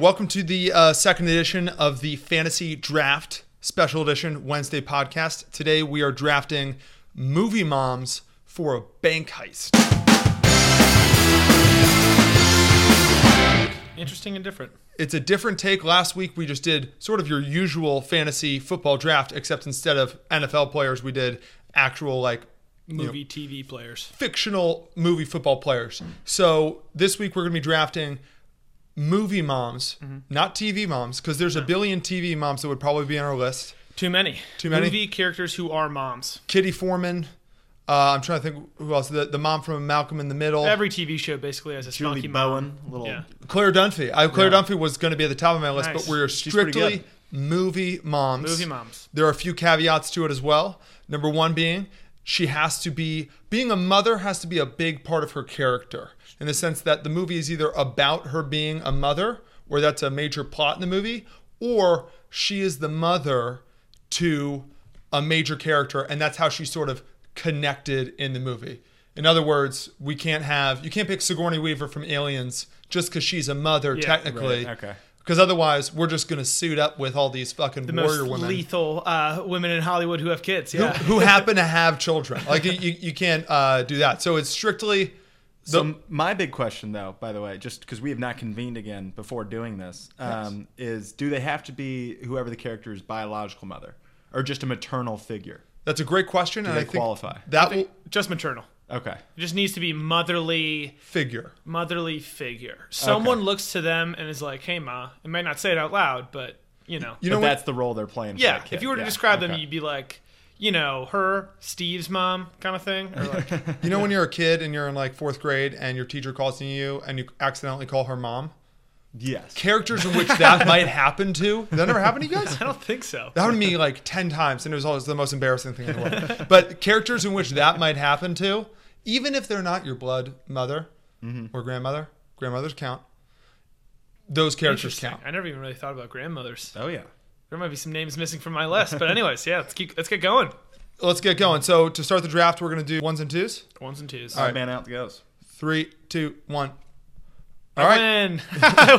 Welcome to the uh, second edition of the Fantasy Draft Special Edition Wednesday podcast. Today we are drafting movie moms for a bank heist. Interesting and different. It's a different take. Last week we just did sort of your usual fantasy football draft, except instead of NFL players, we did actual like you know, Movie, TV players. fictional movie football players. So this week we're going to be drafting movie moms, not TV moms, because there's a billion TV moms that would probably be on our list. Too many. Too many? Movie characters who are moms. Kitty Foreman. Uh, I'm trying to think who else. The, the mom from Malcolm in the Middle. Every TV show basically has a Julie spunky mom. Bowen, little Yeah. Claire Dunphy. I, Claire Dunphy was going to be at the top of my list, Nice. but we're She's pretty strictly good. movie moms. Movie moms. There are a few caveats to it as well. Number one being she has to be being a mother has to be a big part of her character in the sense that the movie is either about her being a mother, or that's a major plot in the movie, or she is the mother to a major character, and that's how she's sort of connected in the movie. In other words, we can't have you can't pick Sigourney Weaver from Aliens just because she's a mother Yeah, technically. right, okay. Because otherwise, we're just gonna suit up with all these fucking The warrior most women lethal uh, women in Hollywood who have kids. Yeah. who happen to have children. Like you, you you can't uh, do that. So it's strictly So m- Um, my big question, though, by the way, just because we have not convened again before doing this, um, is do they have to be whoever the character's biological mother, or just a maternal figure? that's a great question, and they I think qualify? that will Just maternal. Okay, It just needs to be motherly, figure. motherly figure. Someone looks to them and is like, "Hey, ma." It might not say it out loud, but you know. You but know what? that's the role they're playing. for yeah. that kid. If you were to Yeah, describe them, okay. you'd be like, you know, her, Steve's mom, kind of thing, or like You know when you're a kid and you're in like fourth grade, and your teacher calls on you, and you accidentally call her mom. yes, Characters in which that might happen to. That never happened to you guys. I don't think so. That happened to me like 10 times, and it was always the most embarrassing thing in the world. but characters in which that might happen to, even if they're not your blood mother Mm-hmm. or grandmother, grandmothers count. Those characters Interesting. count. I never even really thought about grandmothers. oh yeah, There might be some names missing from my list, but anyways, yeah, let's keep let's get going. Let's get going. So, to start the draft, we're going to do ones and twos. Ones and twos. All right. man out goes. Three, two, one. All I right. win. I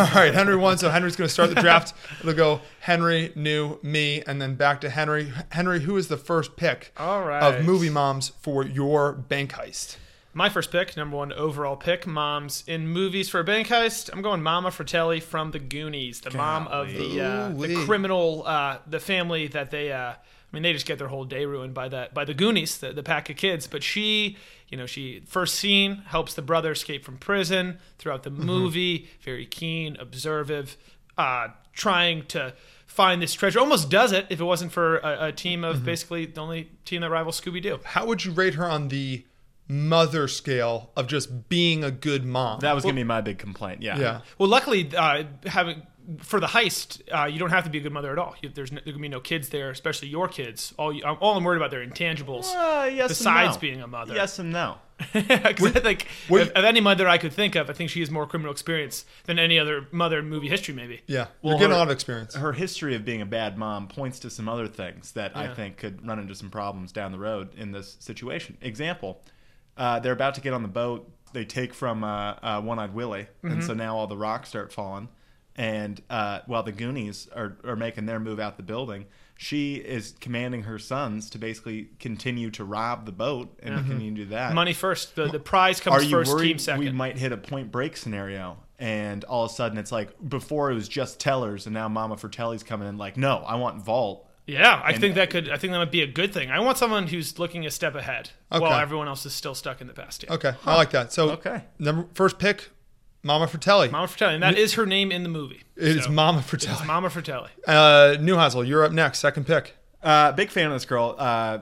All right, Henry won, so Henry's going to start the draft. It'll go Henry, new, me, and then back to Henry. Henry, who is the first pick All right. of Movie Moms for your bank heist? My first pick, number one overall pick, moms in movies for a bank heist. I'm going Mama Fratelli from the Goonies, the mom of the uh, Golly. the criminal, uh, the family that they. Uh, I mean, they just get their whole day ruined by that by the Goonies, the, the pack of kids. But she, you know, she first scene helps the brother escape from prison throughout the movie. Very keen, observative, uh, trying to find this treasure. Almost does it if it wasn't for a, a team of basically the only team that rivals Scooby Doo. How would you rate her on the mother scale of just being a good mom? That was gonna be my big complaint. Yeah, yeah. Well, luckily, uh, having for the heist, uh, you don't have to be a good mother at all. You, there's no, there can be no kids there, especially your kids. All you, I'm, all I'm worried about their intangibles. Uh, yes. Besides and no. being a mother. Yes and no. 'Cause I think would- of, of any mother I could think of, I think she has more criminal experience than any other mother in movie history, maybe. Yeah. Well, You're getting a her- lot of experience. Her history of being a bad mom points to some other things that I Yeah. think could run into some problems down the road in this situation. Example, uh, they're about to get on the boat. They take from uh, uh, One Eyed Willie, and Mm-hmm. so now all the rocks start falling. And uh, while the Goonies are, are making their move out the building, she is commanding her sons to basically continue to rob the boat and continue to do that. Mm-hmm. Money first. The, the prize comes Are you first, team worried second. we might hit a point break scenario? And all of a sudden, it's like before it was just tellers, and now Mama Fratelli's coming in like, no, I want Vault. yeah, I think that could. I think that might be a good thing. I want someone who's looking a step ahead while Okay. everyone else is still stuck in the past. Yeah. Okay. I like that. So, Okay. number first pick, Mama Fratelli. Mama Fratelli, and that is her name in the movie. it is So, Mama Fratelli. Mama Fratelli. Uh, Newhousel, you're up next. Second pick. Uh, big fan of this girl. Uh,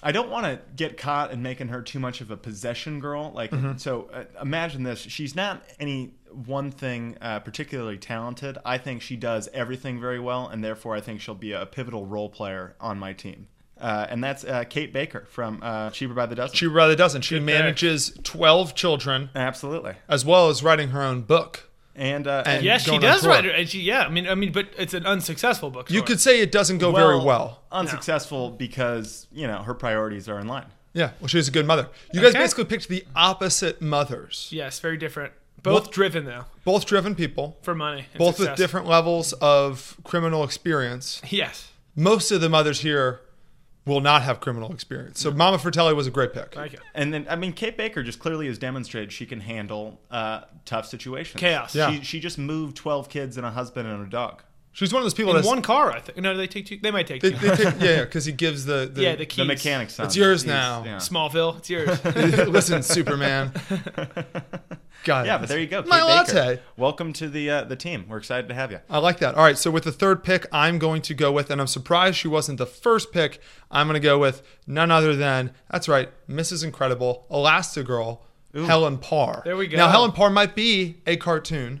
I don't want to get caught in making her too much of a possession girl. Like, so uh, imagine this: she's not any one thing uh, particularly talented. I think she does everything very well, and therefore I think she'll be a pivotal role player on my team. Uh, and that's uh, Kate Baker from uh, Cheaper by the Dozen. She rather doesn't. She manages 12 children Absolutely, as well as writing her own book. and, uh, And- Yeah, she going on does tour. write it. And she, yeah, I mean, I mean, but it's an unsuccessful book. You could say it doesn't go very well. Unsuccessful because you know her priorities are in line. Yeah. Well, she's a good mother. You guys Okay. basically picked the opposite mothers. yes, very different. Both driven though Both driven people, for money. and both with success. different levels of criminal experience. Yes, Most of the mothers here will not have criminal experience. So Mama Fratelli was a great pick. like it. And then, I mean, Kate Baker just clearly has demonstrated she can handle uh, tough situations. Chaos. Yeah. She, she just moved 12 kids and a husband and a dog. She's one of those people In that's one car, I think. No, they take two. They might take They, two. they take, yeah, because he gives the, the yeah, the keys. The mechanic's son. It's yours He's- now. Yeah. Smallville, it's yours. listen, Superman. God, Yeah, but there you go. Kate My Baker. latte. Welcome to the uh, the team. We're excited to have you. I like that. All right, so with the third pick, I'm going to go with, and I'm surprised she wasn't the first pick. I'm going to go with none other than that's right, Mrs. Incredible, Elastigirl, Helen Parr. There we go. Now Helen Parr might be a cartoon,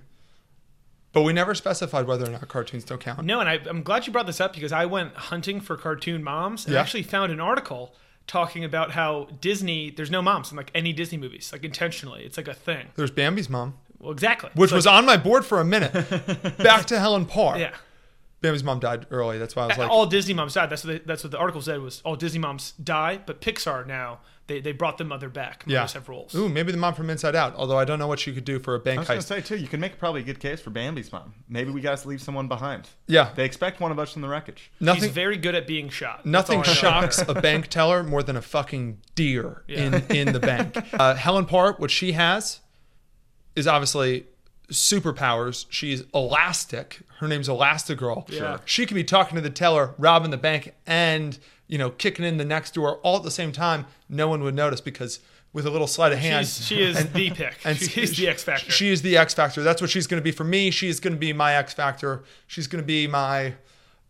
but we never specified whether or not cartoons don't count. no, and I, I'm glad you brought this up because I went hunting for cartoon moms and Yeah. actually found an article talking about how Disney, there's no moms in like any Disney movies, like intentionally. It's like a thing. There's Bambi's mom, Well, exactly. which It's was on my board for a minute. Back to Helen Parr. like- yeah. Bambi's mom died early. That's why I was like, all Disney moms died. That's what they, that's what the article said was all Disney moms die, but Pixar now they, they brought the mother back. yeah. Mothers have roles. Ooh, maybe the mom from Inside Out. Although I don't know what she could do for a I bank was going heist. to say, too, you can make probably a good case for Bambi's mom. Maybe we got to leave someone behind. Yeah. They expect one of us in the wreckage. Nothing. He's very good at being shot. That's Nothing all I know. shocks a bank teller more than a fucking deer in, in the bank. Uh, Helen Parr, what she has is obviously superpowers. She's elastic. Her name's Elastigirl. Sure. She can be talking to the teller, robbing the bank, and you know, kicking in the next door all at the same time. No one would notice because with a little sleight of hand, She's, she is the pick. and She's the X Factor. She is the X Factor. That's what she's going to be for me. She's going to be my X Factor. She's going to be my.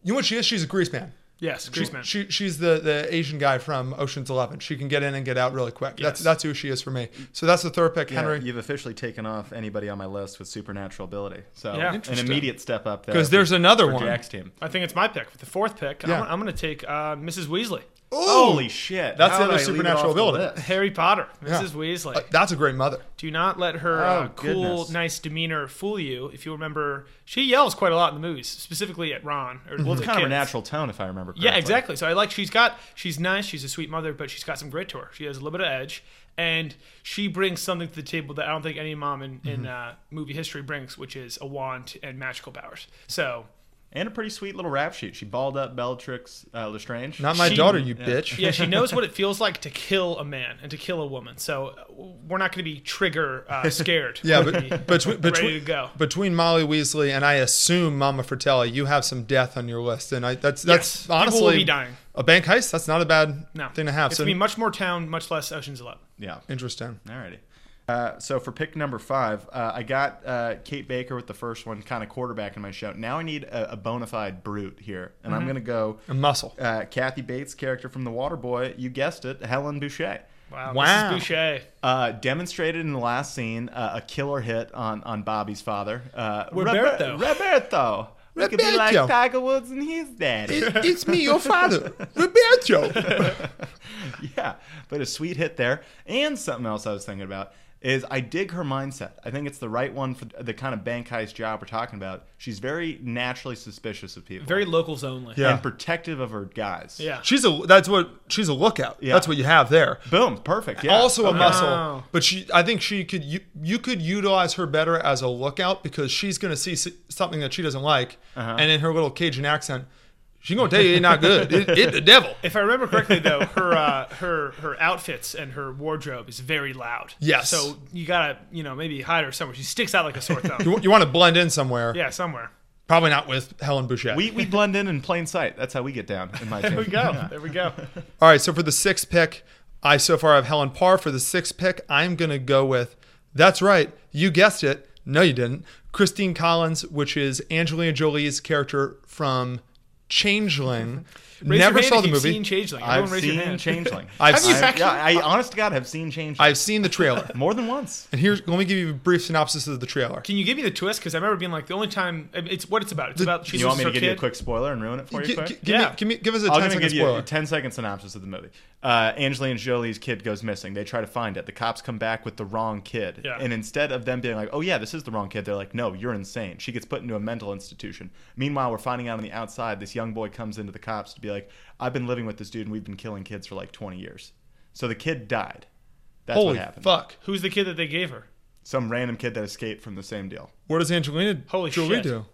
You know what she is? She's a grease man. yes, Greaseman. She, she's the, the Asian guy from Ocean's Eleven. She can get in and get out really quick. That's Yes. that's who she is for me. So that's the third pick, Yeah, Henry. you've officially taken off anybody on my list with supernatural ability. So Yeah. an Interesting. immediate step up there. Because for- there's another for one. Jack's team. I think it's my pick. With the fourth pick, Yeah. I'm, I'm going to take uh, Mrs. Weasley, Holy shit. That's How the other did I leave it supernatural off the ability. list? Harry Potter. Mrs. Yeah. Weasley. Uh, that's a great mother. Do not let her Oh, uh, cool, goodness. nice demeanor fool you. If you remember, she yells quite a lot in the movies, specifically at Ron. Or Mm-hmm. Well, it's the kind of a kids. natural tone, if I remember correctly. Yeah, exactly. So I like she's got she's nice, she's a sweet mother, but she's got some grit to her. She has a little bit of edge, and she brings something to the table that I don't think any mom in, Mm-hmm. in uh, movie history brings, which is a wand and magical powers. So And a pretty sweet little rap sheet. She balled up Bellatrix uh, Lestrange. Not my She- daughter, you bitch. yeah, she knows what it feels like to kill a man and to kill a woman. So uh, we're not going to be trigger uh, scared. Yeah, We're gonna but be between, ready to between, go. between Molly Weasley and I assume Mama Fratelli, you have some death on your list, and I that's that's Yes. People will honestly be dying. a bank heist. That's not a bad No, thing to have. It's so gonna be much more town, much less Ocean's Eleven. Yeah. interesting. Alrighty. Uh, so for pick number five, uh, I got uh, Kate Baker with the first one, kind of quarterback in my show. Now I need a, a bona fide brute here, and I'm going to go A muscle. uh, Kathy Bates' character from The Waterboy. You guessed it, Helen Boucher. Wow, Wow. Mrs. Boucher. Uh, demonstrated in the last scene uh, a killer hit on, on Bobby's father, uh, Roberto. Rober- Roberto. We could be like Roberto. Tiger Woods and his daddy. It- it's me, your father, Roberto. yeah, but a sweet hit there. And something else I was thinking about is I dig her mindset. I think it's the right one for the kind of bank heist job we're talking about. She's very naturally suspicious of people, Very locals only. Yeah. and protective of her guys. Yeah. She's a that's what she's a lookout. Yeah. That's what you have there. Boom, perfect. Yeah. also Oh. a Okay. muscle, Wow. but she I think she could you, you could utilize her better as a lookout because she's going to see s- something that she doesn't like, Uh-huh. and in her little Cajun accent, she's going to tell you it's not good. It, it the devil. If I remember correctly, though, her uh, her her outfits and her wardrobe is very loud. Yes. So you gotta you know maybe hide her somewhere. She sticks out like a sore thumb. You, want to blend in somewhere. yeah, somewhere. Probably not with Helen Boucher. We, we blend in in plain sight. That's how we get down in my team. There we go. There we go. All right, so for the sixth pick, I so far have Helen Parr. For the sixth pick, I'm going to go with, that's right, you guessed it. No, you didn't. Christine Collins, which is Angelina Jolie's character from Changeling. Raise Never your hand saw if the you've movie. Seen Changeling. Everyone I've raise your seen hand. Changeling. I've Have you I've- actually? yeah, I honest to God have seen Changeling I've seen the trailer. more than once. And here's let me give you a brief synopsis of the trailer. Can you give me the twist? Because I remember being like the only time it's what it's about. It's about she You want loses me to her give kid. you a quick spoiler and ruin it for you? Gi- quick? gi- give, Yeah. me, give me- give us a I'm 10 gonna second give you spoiler. a 10 second synopsis of the movie. Uh, Angelina Jolie's kid goes missing. They try to find it. The cops come back with the wrong kid. Yeah. And instead of them being like, oh, yeah, this is the wrong kid, they're like, no, you're insane. She gets put into a mental institution. Meanwhile, we're finding out on the outside, this young boy comes into the cops to be like, I've been living with this dude and we've been killing kids for like 20 years. So the kid died. That's Holy what happened. fuck. Who's the kid that they gave her? Some random kid that escaped from the same deal. What does Angelina Holy Jolie shit. do?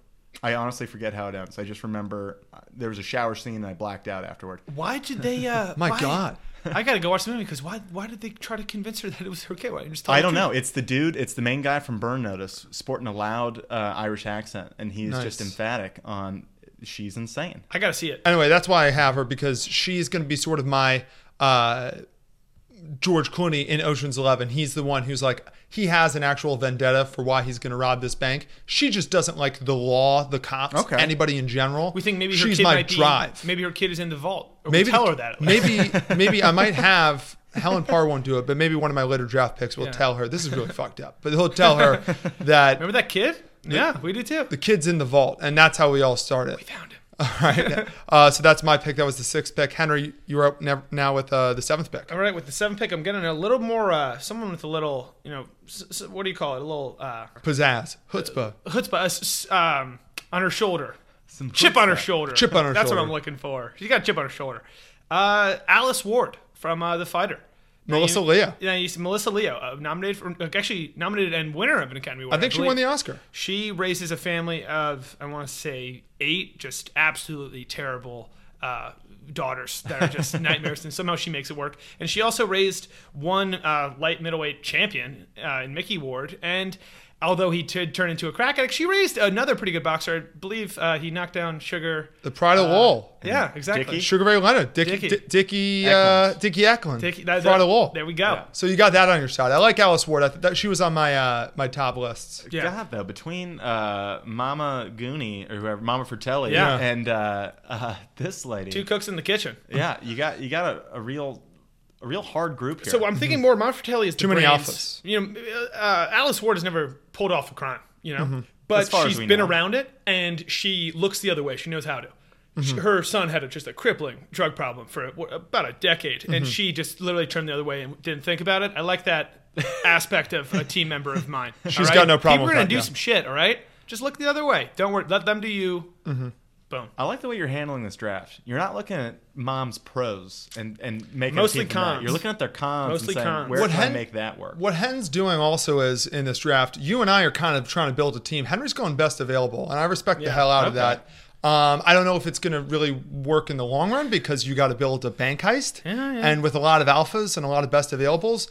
I honestly forget how it ends. I just remember uh, there was a shower scene and I blacked out afterward. Why did they? Uh, My why- God. I gotta go watch the movie because why? Why did they try to convince her that it was okay? Why didn't you just tell I her don't the know. truth? It's the dude. It's the main guy from Burn Notice, sporting a loud uh, Irish accent, and he's Nice. just emphatic on she's insane. I gotta see it. Anyway, that's why I have her because she's going to be sort of my uh, George Clooney in Ocean's Eleven. He's the one who's like he has an actual vendetta for why he's going to rob this bank. She just doesn't like the law, the cops, Okay. anybody in general. We think maybe her she's kid my might drive. Be, maybe her kid is in the vault. Or maybe we tell her that. at least. Maybe maybe I might have Helen Parr won't do it, but maybe one of my later draft picks will Yeah. tell her this is really fucked up. But he'll tell her that Remember that kid? yeah, we did too. the kid's in the vault, and that's how we all started. Found him. All right. Uh, so that's my pick. That was the sixth pick. Henry, you're up nev- now with uh, the seventh pick. All right, with the seventh pick, I'm getting a little more. Uh, someone with a little, you know, s- s- what do you call it? A little uh, Pizzazz, chutzpah. chutzpah uh, s- s- um, on her shoulder. Some chip on her chutzpah. shoulder. Chip on her That's what shoulder. I'm looking for. She's got a chip on her shoulder. Uh, Alice Ward from uh, The Fighter. Now Melissa you- Leo. Yeah, you see Melissa Leo, uh, nominated for, uh, actually nominated and winner of an Academy Award. I think she believe. won the Oscar. She raises a family of, I want to say, eight just absolutely terrible uh, daughters that are just nightmares, and somehow she makes it work. And she also raised one uh, light middleweight champion uh, in Mickey Ward, and although he did turn into a crack addict, she raised another pretty good boxer. I believe uh, he knocked down Sugar. The Pride of Wall. Yeah, exactly. Dickie? Sugar Ray Leonard. Dickie Uh, Dickie. Dickie, Dickie, uh, Eklund. Dickie Eklund. Dickie- that- Pride that- of Wall. There we go. So you got that on your side. I like Alice Ward. I th- that, she was on my uh, my top lists. Yeah. God though, between uh, Mama Goonie or whoever, Mama Fratelli, Yeah. and uh, uh, this lady, Two cooks in the kitchen. yeah, you got you got a, a real a real hard group here. So I'm thinking more Monfratelli is the Mm-hmm. Too many brains. alphas. You know, uh, Alice Ward has never pulled off a crime. You know, Mm-hmm. but As far as she's we been know. around it, and she looks the other way. She knows how to. She- Mm-hmm. Her son had a, just a crippling drug problem for a- about a decade, Mm-hmm. and she just literally turned the other way and didn't think about it. I like that aspect of a team member of mine. She's got no problem People with are gonna that, do yeah. some shit. All right, just look the other way. Don't worry. Let them do you. Boom. I like the way you're handling this draft. You're not looking at mom's pros and and making Mostly a team from that. cons. You're looking at their cons. Mostly and saying, cons. Where What can I Hen- make that work? What Hen's doing also is in this draft, you and I are kind of trying to build a team. Henry's going best available, and I respect the hell out of okay. that. Um, I don't know if it's going to really work in the long run because you got to build a bank heist. yeah. And with a lot of alphas and a lot of best available's,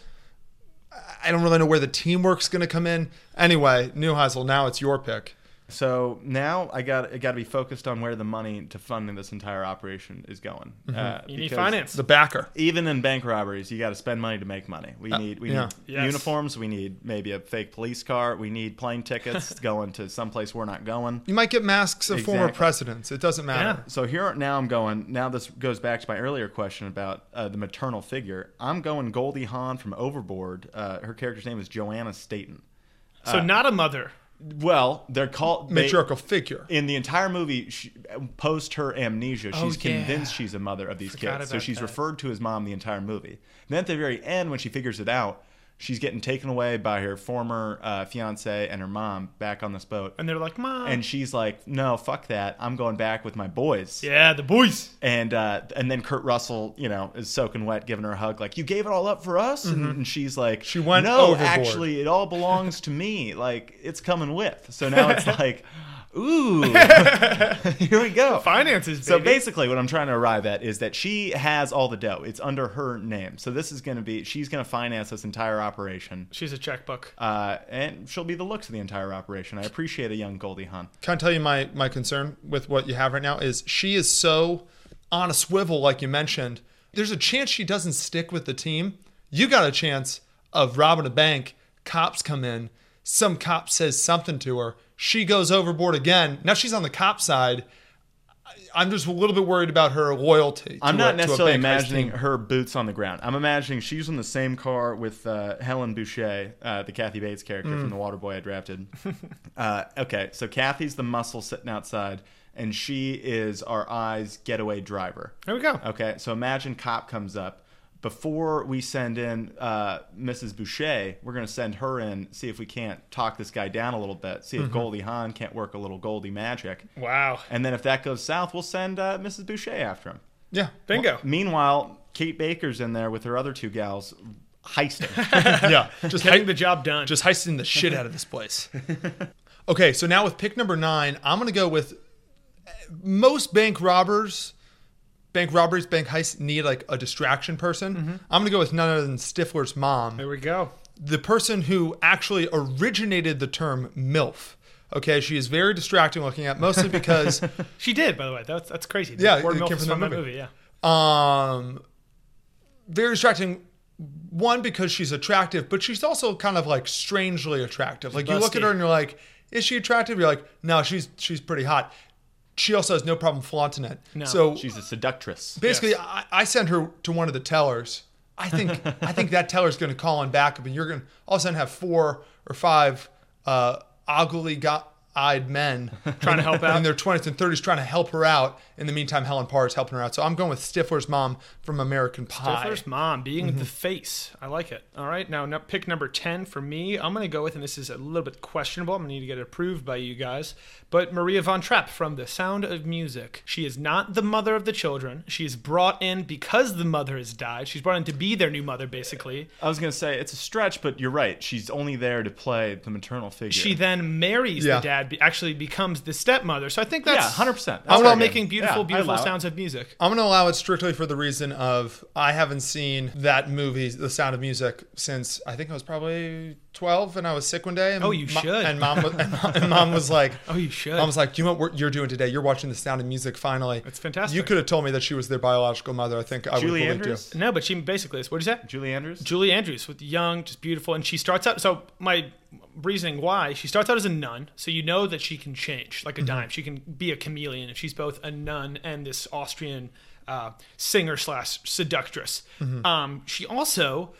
I- I don't really know where the teamwork's going to come in. Anyway, Newhousel, now it's your pick. So now I got I got to be focused on where the money to fund this entire operation is going. Uh, Mm-hmm. You need because finance. The backer. Even in bank robberies, you got to spend money to make money. We need we yeah. need Uh, Yes. uniforms. We need maybe a fake police car. We need plane tickets going to someplace we're not going. You might get masks of former Exactly. presidents. It doesn't matter. So here now I'm going. Now this goes back to my earlier question about uh, the maternal figure. I'm going Goldie Hawn from Overboard. Uh, her character's name is Joanna Staten. uh, So not a mother. Well, they're called they- Matriarchal figure. in the entire movie, she, post her amnesia, Oh, she's yeah. convinced she's a mother of these Forgot kids. So about she's that. referred to as mom the entire movie. Then at the very end, when she figures it out, she's getting taken away by her former uh, fiance and her mom back on this boat. And they're like, mom. And she's like, "No, fuck that! I'm going back with my boys." yeah, the boys. And uh, and then Kurt Russell, you know, is soaking wet, giving her a hug, like, "You gave it all up for us," and, and she's like, Mm-hmm. She went no, overboard. actually, it all belongs to me. Like, it's coming with." So now it's like, "Ooh, here we go." Finances, baby. So basically, what I'm trying to arrive at is that she has all the dough. It's under her name. So this is going to be she's going to finance this entire operation, She's a checkbook. uh, and she'll be the looks of the entire operation. I appreciate a young Goldie Hawn. can I tell you my my concern with what you have right now is she is so on a swivel, like you mentioned. There's a chance she doesn't stick with the team. You got a chance of robbing a bank. Cops come in. Some cop says something to her. She goes overboard again. Now she's on the cop side. I- I'm just a little bit worried about her loyalty. to I'm a- not to a necessarily bank heist imagining team. her boots on the ground. I'm imagining she's in the same car with uh, Helen Boucher, uh, the Kathy Bates character Mm. from The Waterboy I drafted. uh, okay, so Kathy's the muscle sitting outside, and she is our eyes getaway driver. There we go. Okay, so imagine cop comes up. Before we send in uh, Mrs. Boucher, we're going to send her in, see if we can't talk this guy down a little bit, see if Mm-hmm. Goldie Hawn can't work a little Goldie magic. Wow. And then if that goes south, we'll send uh, Mrs. Boucher after him. Yeah. Bingo. Meanwhile, Kate Baker's in there with her other two gals heisting. yeah, just Getting hei- the job done. just heisting the shit out of this place. okay, so now with pick number nine, I'm gonna go with most bank robbers, bank robberies, bank heists need like a distraction person. I'm gonna go with none other than Stifler's mom, there we go. the person who actually originated the term MILF. Okay, she is very distracting looking at mostly because She did, by the way. That's that's crazy. The Yeah, word it MILF came is from the from that movie. movie. Yeah. um very distracting one because she's attractive but she's also kind of like strangely attractive like you look at busty. her and you're like is she attractive you're like no she's she's pretty hot she also has no problem flaunting it No, so She's a seductress. basically yes. I, I send her to one of the tellers i think i think that teller's going to call in backup and you're going to all of a sudden have four or five uh ogly got eyed men Trying to help in out. their 20s and 30s trying to help her out. In the meantime, Helen Parr is helping her out. So I'm going with Stifler's mom from American Pie. Stifler's mom being Mm-hmm. the face. I like it. All right. Now, no- pick number 10 for me. I'm going to go with, and this is a little bit questionable. I'm going to need to get it approved by you guys. But Maria Von Trapp from The Sound of Music. She is not the mother of the children. She is brought in because the mother has died. She's brought in to be their new mother, basically. I was gonna say it's a stretch, but you're right. She's only there to play the maternal figure. She then marries Yeah. the dad, be- actually becomes the stepmother. So I think that's yeah, hundred percent. That's I'm about okay. making beautiful, Yeah, I beautiful allow it. sounds of music. I'm going to allow it strictly for the reason of I haven't seen that movie, The Sound of Music, since I think I was probably 12 and I was sick one day. And Oh, you mo- should. And mom was, and, mom- and mom was like, Oh, you should. I was like, you know what you're doing today? You're watching The Sound of Music finally. That's fantastic. You could have told me that she was their biological mother. I think I Julie would have believed Andrews. no, but she basically is. What did you say? Julie Andrews. Julie Andrews with young, just beautiful, and she starts out. So my reasoning why she starts out as a nun, so you know that she can change like a Mm-hmm. dime. She can be a chameleon, and she's both a nun and this Austrian uh, singer slash seductress. Mm-hmm. Um, she also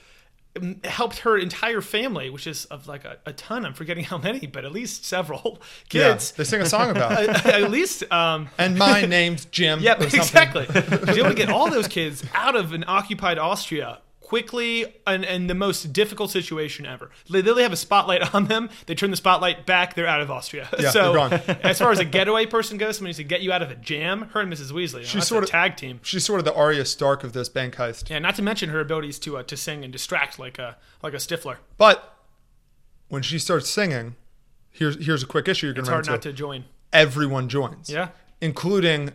m- helped her entire family, which is of like a, a ton. I'm forgetting how many, but at least several you. Yeah, kids. they sing a song about it. at least um, And my name's Jim. Yep, or something. exactly. She's able to get all those kids out of an occupied Austria quickly and in the most difficult situation ever. They literally have a spotlight on them. They turn the spotlight back. They're out of Austria. Yeah, so they're gone. as far as a getaway person goes, somebody needs to get you out of a jam. Her and Mrs. Weasley. She's sort sort of- of tag team. She's sort of the Arya Stark of this bank heist. Yeah, not to mention her abilities to uh, to sing and distract like a like a stifler. But when she starts singing, here's here's a quick issue you're going It's to run hard into. not to join. Everyone joins. Yeah. Including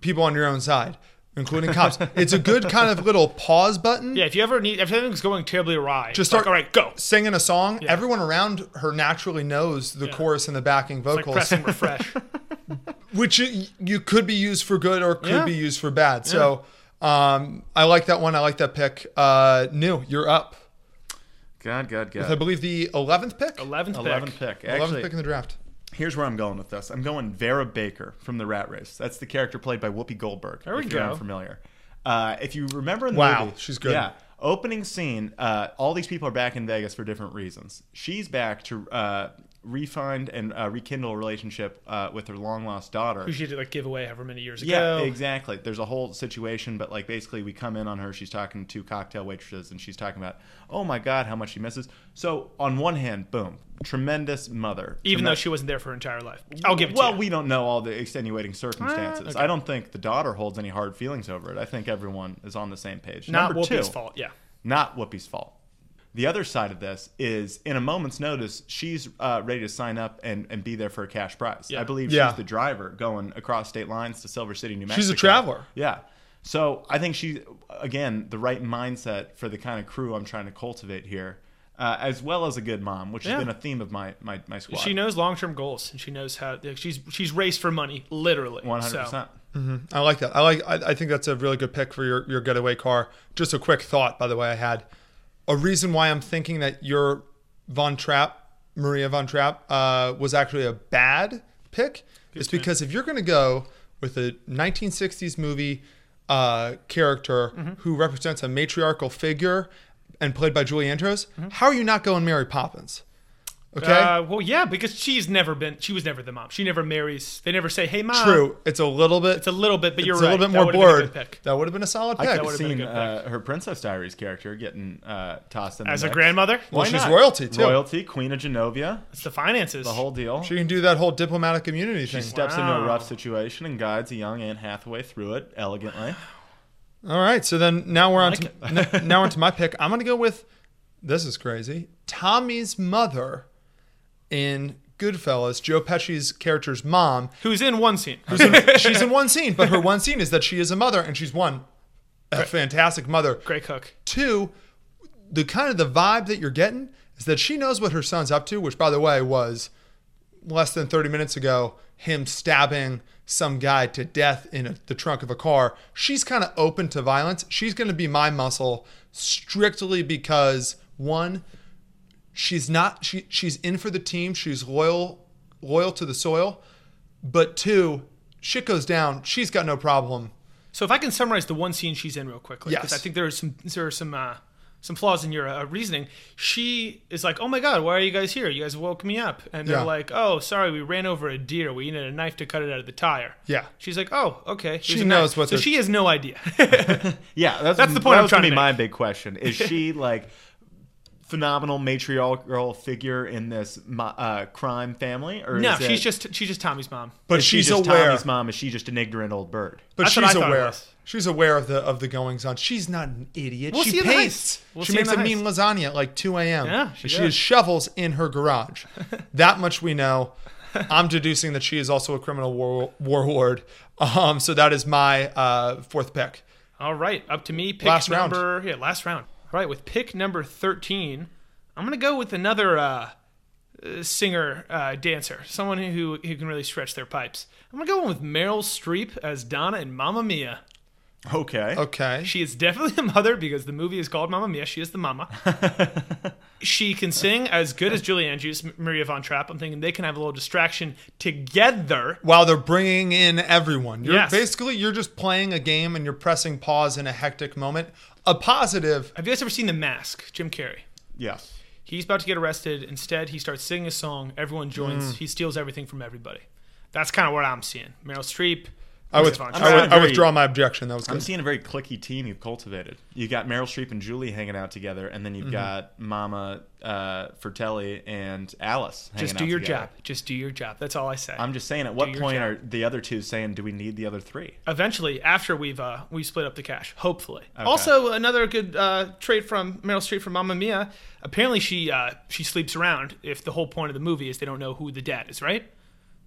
people on your own side, including cops. it's a good kind of little pause button. Yeah, if you ever need if everything's going terribly awry, Just just start- start. all right, go. Singing a song, everyone around her naturally knows the chorus and the backing Like vocals, pressing refresh. which you, you could be used for good or could Yeah. be used for bad. So um, I like that one. I like that pick. Uh, New, you're up. God, God, I God. believe the 11th pick? 11th Eleventh Eleven pick. pick. Actually, pick in the draft. here's where I'm going with this. I'm going Vera Baker from The Rat Race. That's the character played by Whoopi Goldberg. There we if you're go. Unfamiliar. Uh, if you remember in the Wow, movie, she's good. Yeah, opening scene. Uh, all these people are back in Vegas for different reasons. She's back to uh, refind and uh, rekindle a relationship uh, with her long lost daughter. Who she did like give away however many years ago. Yeah, exactly. There's a whole situation, but like basically, we come in on her. She's talking to cocktail waitresses, and she's talking about, oh my god, how much she misses. So on one hand, boom, tremendous mother. Even Tremendous- though she wasn't there for her entire life. I'll give it well, to you. we don't know all the extenuating circumstances. Ah, okay. I don't think the daughter holds any hard feelings over it. I think everyone is on the same page. not Number Whoopi's two, fault. Yeah. Not Whoopi's fault. The other side of this is, in a moment's notice, she's uh, ready to sign up and, and be there for a cash prize. Yeah. I believe Yeah. she's the driver going across state lines to Silver City, New Mexico. She's a traveler. Yeah. So I think she's, again, the right mindset for the kind of crew I'm trying to cultivate here, uh, as well as a good mom, which Yeah. has been a theme of my, my, my squad. She knows long term goals and she knows how like, she's she's raced for money, literally. 100%. So, Uh, I like that. I like. I, I think that's a really good pick for your your getaway car. Just a quick thought, by the way, I had a reason why I'm thinking that your Von Trapp, Maria Von Trapp, uh, was actually a bad pick. is because if you're going to go with a 1960s movie uh, character Mm-hmm. who represents a matriarchal figure and played by Julie Andrews, how are you not going Mary Poppins? Okay. Mm-hmm. uh, well yeah, because she's never been she was never the mom. She never marries they never say, Hey mom True. It's a little bit. uh, It's a little bit, but you're it's right. a little bit That more would've been a blurred. good pick. That would have been a solid pick. I could have would've been a seen good pick. uh, her Princess Diaries character getting uh, tossed in the As a mix. grandmother? Why she's not? royalty, too. Royalty, Queen of Genovia, It's the finances. the whole deal. She can do that whole diplomatic immunity thing. steps into Wow. a rough situation and guides a young Anne Hathaway through it elegantly. All right, so then now we're on like to, n- now we're on to my pick. I'm going to go with This is crazy. Tommy's mother in Goodfellas, Joe Pesci's character's mom, Who's in one scene? who's in, she's in one scene, but her one scene is that she is a mother, and she's one, a fantastic mother. Great cook. Two, the kind of the vibe that you're getting is that she knows what her son's up to, which by the way was less than 30 minutes ago, him stabbing some guy to death in a, the trunk of a car. She's kind of open to violence. She's going to be my muscle strictly because one, she's not she she's in for the team. She's loyal loyal to the soil, but two, shit goes down. She's got no problem. So if I can summarize the one scene she's in real quickly, Yes. because I think there are some there are some uh, some flaws in your uh, reasoning. She is like, "Oh my god, why are you guys here? You guys woke me up." And they're Yeah. like, "Oh, sorry, we ran over a deer. We needed a knife to cut it out of the tire." Yeah. She's like, "Oh, okay." Here's She a knows knife." what So they're- she has no idea. Yeah, that's, That's the point That I'm was gonna trying be to my big question: Is she like phenomenal matriarchal figure in this mo- uh, crime family, or no, is she's it- just she's just Tommy's mom. But is she she's just aware. Tommy's mom? Is she just an ignorant old bird? But That's what she's I thought it aware. was. She's aware of the of the goings on. She's not an idiot. We'll see she in the pastes. heist. We'll she see in makes a the mean lasagna at like 2 a.m. Yeah, she and she does. has shovels in her garage. that much we know. I'm deducing that she is also a criminal war, warlord. Um, so that is my uh, fourth pick. All right, up to me. Pick Last round. number yeah, last round. All right, with pick number thirteen, I'm gonna go with another uh, uh, singer uh, dancer, someone who who can really stretch their pipes. I'm gonna go in with Meryl Streep as Donna in Mamma Mia. Okay. Okay. She is definitely a mother because the movie is called Mamma Mia. She is the mama. she can sing as good as Julie Andrews, M- Maria von Trapp. I'm thinking they can have a little distraction together. While they're bringing in everyone, you're Yes. basically you're just playing a game and you're pressing pause in a hectic moment. A positive. Have you guys ever seen The Mask? Jim Carrey. Yes. He's about to get arrested. Instead, he starts singing a song. Everyone joins. Mm. He steals everything from everybody. That's kind of what I'm seeing. Meryl Streep. I, with, Von I, Trapp. would, I very- withdraw my objection. That was I'm good. seeing a very clicky team you've cultivated. You got Meryl Streep and Julie hanging out together, and then you've Mm-hmm. got Mama uh, Fertelli and Alice. Hanging Just do out your together. job. Just do your job. That's all I say. I'm just saying. At what your point job. are the other two saying, "Do we need the other three? Eventually, after we've uh, we split up the cash, hopefully. Also, another good uh, trait from Meryl Streep from Mamma Mia. Apparently, she uh, she sleeps around. If the whole point of the movie is they don't know who the dad is, right?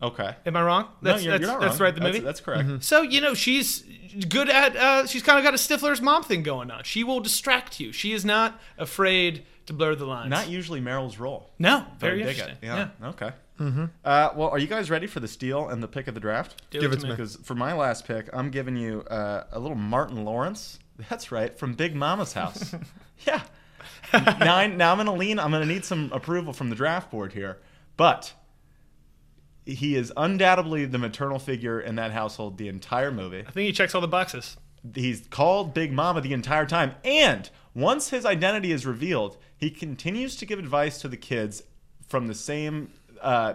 Okay. Am I wrong? No, That's you're, that's, you're not that's wrong. right. The movie. Mm-hmm. That's, that's correct. So you know she's good at. Uh, she's kind of got a Stifler's mom thing going on. She will distract you. She is not afraid to blur the lines. Not usually Meryl's role. no, but I very dig interesting. it. Yeah. Okay. Mm-hmm. Uh, well, are you guys ready for the steal and the pick of the draft? Do Give it to me. Because for my last pick, I'm giving you uh, a little Martin Lawrence. That's right, from Big Mama's house. yeah. now, I, now I'm going to lean, I'm going to need some approval from the draft board here. But he is undoubtedly the maternal figure in that household the entire movie. I think he checks all the boxes. He's called Big Mama the entire time. And once his identity is revealed, he continues to give advice to the kids from the same uh,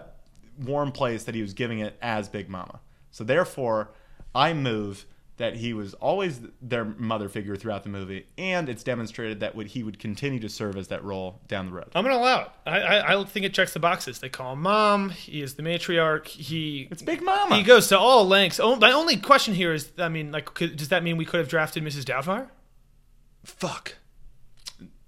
warm place that he was giving it as Big Mama. So therefore, I move that he was always their mother figure throughout the movie, and it's demonstrated that would, he would continue to serve as that role down the road. I'm gonna allow it. I, I I think it checks the boxes. They call him mom. He is the matriarch. He It's Big Mama. he goes to all lengths. Oh, my only question here is, I mean, like, could, does that mean we could have drafted Mrs. Doubtfire? Fuck.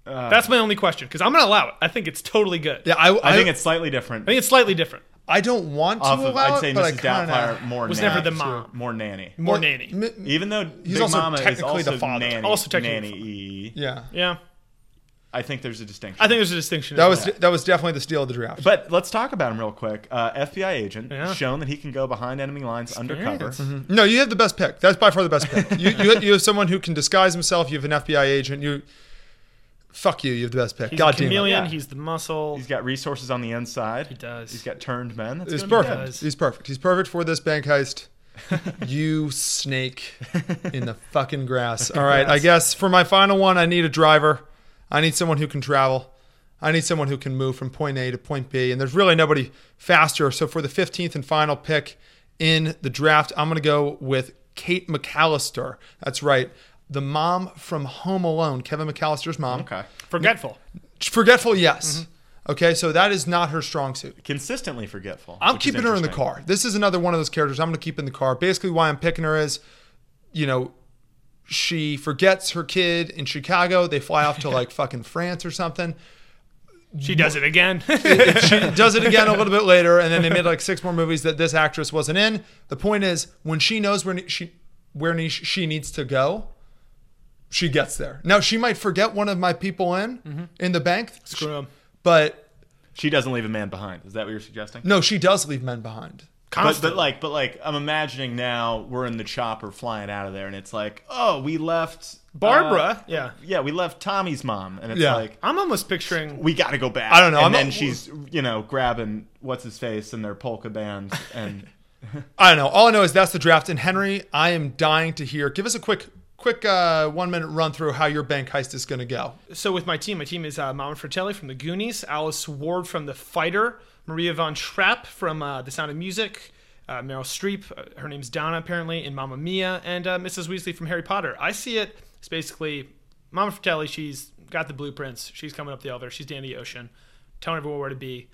That's my only question because I'm gonna allow it. I think it's totally good. Yeah, I, I think it's slightly different. I think it's slightly different. I don't want to off of, allow I'd say it, but I Mrs. kinda- Doubtfire more Was nan- never the mom. more nanny. More Well, nanny. m- Even though He's Big also Mama is technically also the father. nanny, Also technically nanny E. yeah. yeah, I think there's a distinction. I think there's a distinction. That as was well. that was definitely the steal of the draft. but let's talk about him real quick. Uh, FBI agent Yeah. shown that he can go behind enemy lines undercover. no, you have the best pick. That's by far the best pick. You you, you have someone who can disguise himself. You have an FBI agent. You fuck you. You have the best pick. He's God a damn it. chameleon. Yeah. He's the muscle. He's got resources on the inside. He does. He's got turned men. That's He's gonna be perfect. does. He's perfect. He's perfect for this bank heist. you snake in the fucking grass. All right. I guess for my final one, I need a driver. I need someone who can travel. I need someone who can move from point A to point B. And there's really nobody faster. So for the 15th and final pick in the draft, I'm going to go with Kate McAllister. That's right. The mom from Home Alone, Kevin McAllister's mom. good. Okay. Forgetful. Forgetful, yes. Okay. So that is not her strong suit. Consistently forgetful. I'm which is keeping her in the interesting. car. This is another one of those characters I'm going to keep in the car. Basically, why I'm picking her is, you know, she forgets her kid in Chicago. They fly off to like fucking France or something. She does it again. she does it again a little bit later, and then they made like six more movies that this actress wasn't in. The point is, when she knows where ne- she where ne- she needs to go, she gets there. Now she might forget one of my people in Mm-hmm. in the bank, Screw 'em. but She doesn't leave a man behind. Is that what you're suggesting? no, she does leave men behind. But, Constantly. but like, but like, I'm imagining now we're in the chopper flying out of there, and it's like, oh, we left Barbara. uh, yeah. yeah, we left Tommy's mom, and it's Yeah. like, I'm almost picturing. we got to go back. I don't know, And I'm then not- she's, you know, grabbing what's his face in their polka band, and I don't know. All I know is that's the draft. And Henry, I am dying to hear. Give us a quick quick uh, one minute run through how your bank heist is going to go. So with my team, my team is uh, Mama Fratelli from The Goonies, Alice Ward from The Fighter, Maria von Trapp from uh, The Sound of Music, uh, Meryl Streep, uh, her name's Donna apparently in Mamma Mia, and uh, Mrs. Weasley from Harry Potter. I see it. It's basically Mama Fratelli. She's got the blueprints. She's coming up the elevator. She's Dandy Ocean, telling everyone where to be.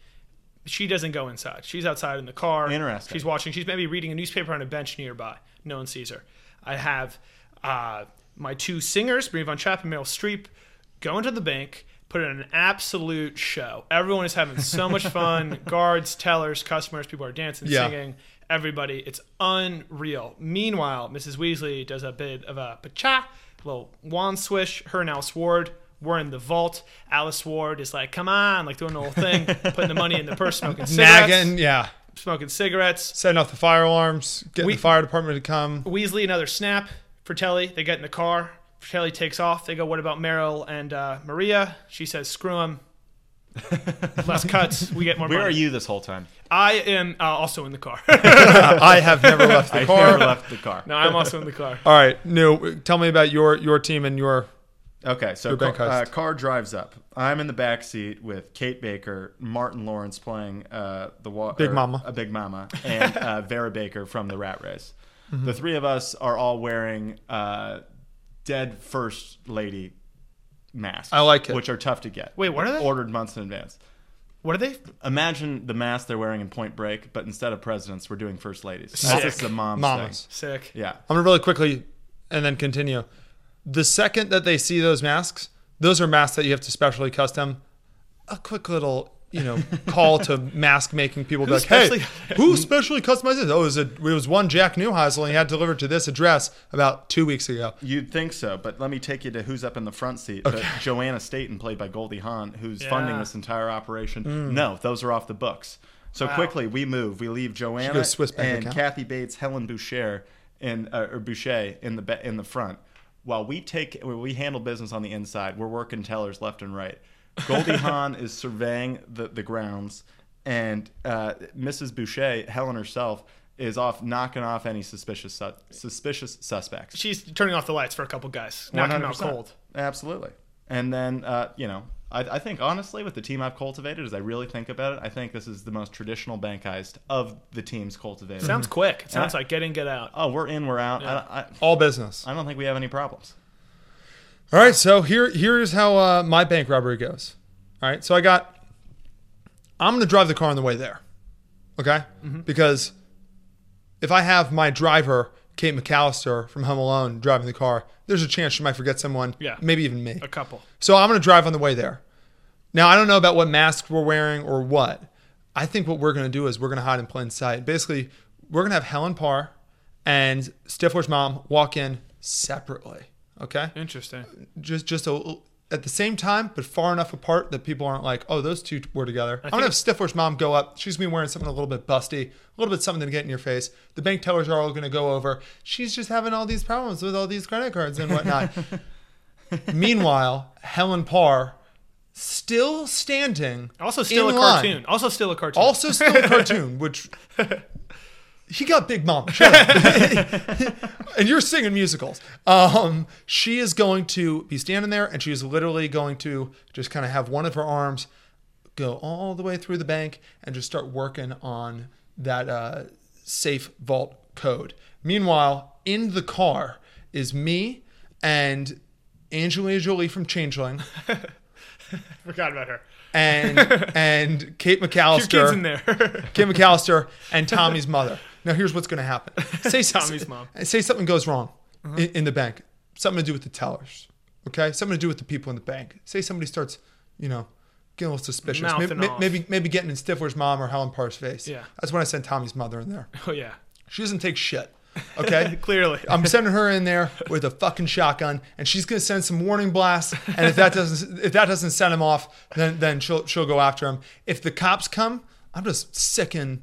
She doesn't go inside. She's outside in the car. Interesting. She's watching. She's maybe reading a newspaper on a bench nearby. No one sees her. I have uh, my two singers, Marie Von Trapp and Meryl Streep, go into the bank, put in an absolute show. Everyone is having so much fun. Guards, tellers, customers, people are dancing, Yeah. singing. Everybody, it's unreal. Meanwhile, Mrs. Weasley does a bit of a pacha, little wand swish. Her and Alice Ward were in the vault. Alice Ward is like, "Come on!" Like doing the whole thing, putting the money in the purse, smoking cigarettes, Nagging, yeah. smoking cigarettes. Setting off the fire alarms, getting We- the fire department to come. Weasley, another snap. Fratelli, they get in the car. Fratelli takes off. They go, what about Meryl and uh, Maria? She says, screw them. Less cuts. We get more where money. are you this whole time? I am uh, also in the car. I have never left the I car. never left the car. no, I'm also in the car. All right, new. Tell me about your your team and your. Okay, so car, bank uh, heist. car drives up. I'm in the back seat with Kate Baker, Martin Lawrence playing uh, the wa- Big or, Mama. a Big Mama, and uh, Vera Baker from the Rat Race. Mm-hmm. The three of us are all wearing uh, dead first lady masks. I like it. which are tough to get. Wait, what are they? Ordered months in advance. What are they? Imagine the mask they're wearing in Point Break, but instead of presidents, we're doing first ladies. Sick. That's just the mom Mamas. Sick. Thing. Yeah. I'm gonna really quickly, and then continue. The second that they see those masks, those are masks that you have to specially custom. A quick little, you know, call to mask making people be like, hey, specially- who specially customized this? Oh, it was, a, it was one Jack Newheisel, and he had delivered to this address about two weeks ago. You'd think so, but let me take you to who's up in the front seat. But Joanna Staten, played by Goldie Hawn, who's funding Yeah. this entire operation. Mm. No, those are off the books. So Wow. quickly, we move. We leave Joanna goes Swiss bank and account. Kathy Bates, Helen Boucher, and uh, or Boucher in the ba- in the front. While we take, well, we handle business on the inside. We're working tellers left and right. Goldie Hawn is surveying the, the grounds, and uh, Mrs. Boucher, Helen herself, is off knocking off any suspicious su- suspicious suspects She's turning off the lights for a couple guys. Knocking them out 100%. cold. Absolutely. And then, uh, you know, I, I think honestly, with the team I've cultivated, as I really think about it, I think this is the most traditional bank heist of the teams cultivated. Sounds quick. It sounds Yeah. like get in, get out. Oh, we're in, we're out. I, I, All business. I don't think we have any problems. All right, so here here's how uh, my bank robbery goes. All right, so I got. I'm gonna drive the car on the way there, okay? Because if I have my driver Kate McAllister from Home Alone driving the car, there's a chance she might forget someone. Yeah. maybe even me. A couple. So I'm gonna drive on the way there. Now I don't know about what mask we're wearing or what. I think what we're gonna do is we're gonna hide in plain sight. Basically, we're gonna have Helen Parr and Stifler's mom walk in separately. Okay Interesting. just just a, at the same time, but far enough apart that people aren't like, oh, those two were together. I am gonna have Stifler's mom go up. She's gonna be wearing something a little bit busty, a little bit something to get in your face. The bank tellers are all gonna go over. She's just having all these problems with all these credit cards and whatnot. Meanwhile, Helen Parr still standing, Also still in a line. cartoon. Also still a cartoon. also still a cartoon, which. He got Big Mom. Shut up. and you're singing musicals. Um, she is going to be standing there and she is literally going to just kind of have one of her arms go all the way through the bank and just start working on that uh, safe vault code. Meanwhile, in the car is me and Angelina Jolie from Changeling Forgot about her. and and Kate McAllister. Your kids in there. Kim McAllister and Tommy's mother. Now here's what's going to happen. Say Tommy's mom. Uh-huh. Say something goes wrong in, in the bank. something to do with the tellers. Okay, something to do with the people in the bank. Say somebody starts, you know, getting a little suspicious. Maybe, Mouthing off. maybe maybe getting in Stifler's mom or Helen Parr's face. Yeah. that's when I sent Tommy's mother in there. Oh yeah, She doesn't take shit. Okay, clearly. I'm sending her in there with a fucking shotgun, and she's gonna send some warning blasts. And if that doesn't if that doesn't send him off, then then she'll she'll go after him. If the cops come, I'm just sicking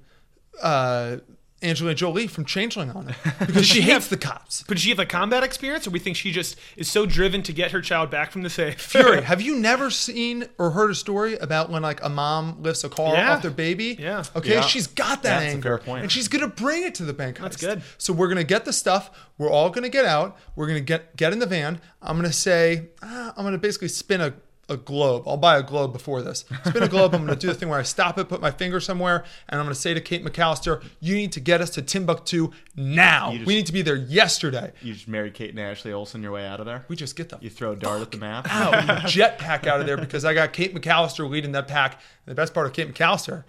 uh, Angelina Jolie from Changeling on him because she hates the cops. But did she have a combat experience, or we think she just is so driven to get her child back from the safe? Fury, have you never seen or heard a story about when like a mom lifts a car Yeah. off their baby? Yeah. Okay, Yeah. she's got that That's a anger, fair point. and she's gonna bring it to the bank. That's good. So we're gonna get the stuff. We're all gonna get out. We're gonna get get in the van. I'm gonna say ah, I'm gonna basically spin a. A globe. I'll buy a globe before this. Spin a globe. I'm going to do the thing where I stop it, put my finger somewhere, and I'm going to say to Kate McAllister, "You need to get us to Timbuktu now. You just- we need to be there yesterday. You just marry Kate and Ashley Olsen your way out of there. We just get the you throw a dart at the map. out, jetpack out of there because I got Kate McAllister leading that pack. And the best part of Kate McAllister,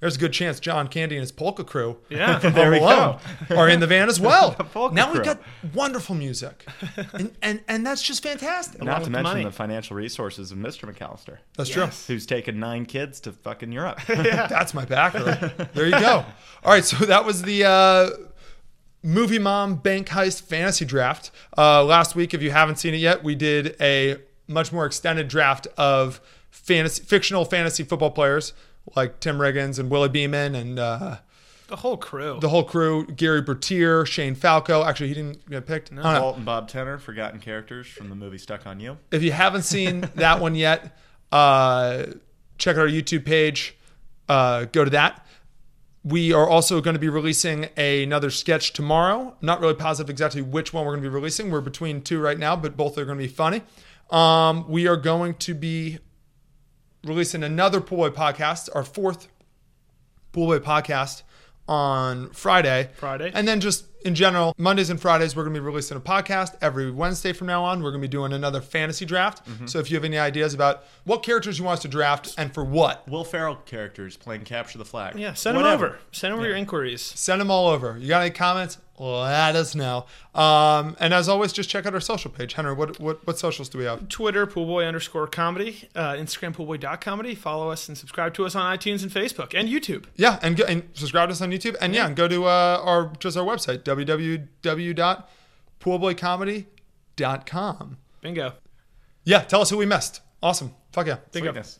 there's a good chance John Candy and his polka crew Yeah. from There Home we Alone are in the van as well. polka now we've crew. got wonderful music. And, and and that's just fantastic. Not to with mention money. the financial resources of Mr. McAllister, That's true. who's taken nine kids to fucking Europe. That's my backer. There you go. All right, so that was the uh, Movie Mom Bank Heist Fantasy Draft. Uh, last week, if you haven't seen it yet, we did a much more extended draft of fantasy, fictional fantasy football players like Tim Riggins and Willie Beeman and uh, The whole crew. the whole crew Gary Bertier, Shane Falco. Actually, he didn't get picked. I don't know. Walt and Bob Tenner, forgotten characters from the movie Stuck on You. If you haven't seen that one yet, uh, check out our YouTube page. Uh, go to that. We are also going to be releasing another sketch tomorrow. Not really positive exactly which one we're going to be releasing. We're between two right now, but both are going to be funny. Um, we are going to be releasing another Pool Boy podcast, our fourth Pool Boy podcast on Friday. Friday. And then just in general, Mondays and Fridays, we're going to be releasing a podcast. Every Wednesday from now on, we're going to be doing another fantasy draft. So if you have any ideas about what characters you want us to draft and for what, Will Ferrell characters playing Capture the Flag. yeah, send Whatever. them over. Send over your inquiries. send them all over. You got any comments? Let us know. Um, and as always, just check out our social page. Henry, what, what, what socials do we have? Twitter, poolboy underscore comedy. Uh, Instagram, poolboy.comedy. Follow us and subscribe to us on iTunes and Facebook and YouTube. Yeah, and, go, and subscribe to us on YouTube. And yeah, and go to uh, our just our website, www.poolboycomedy.com. Bingo. Yeah, tell us who we missed. Awesome. Fuck yeah. Bingo. Sweetness.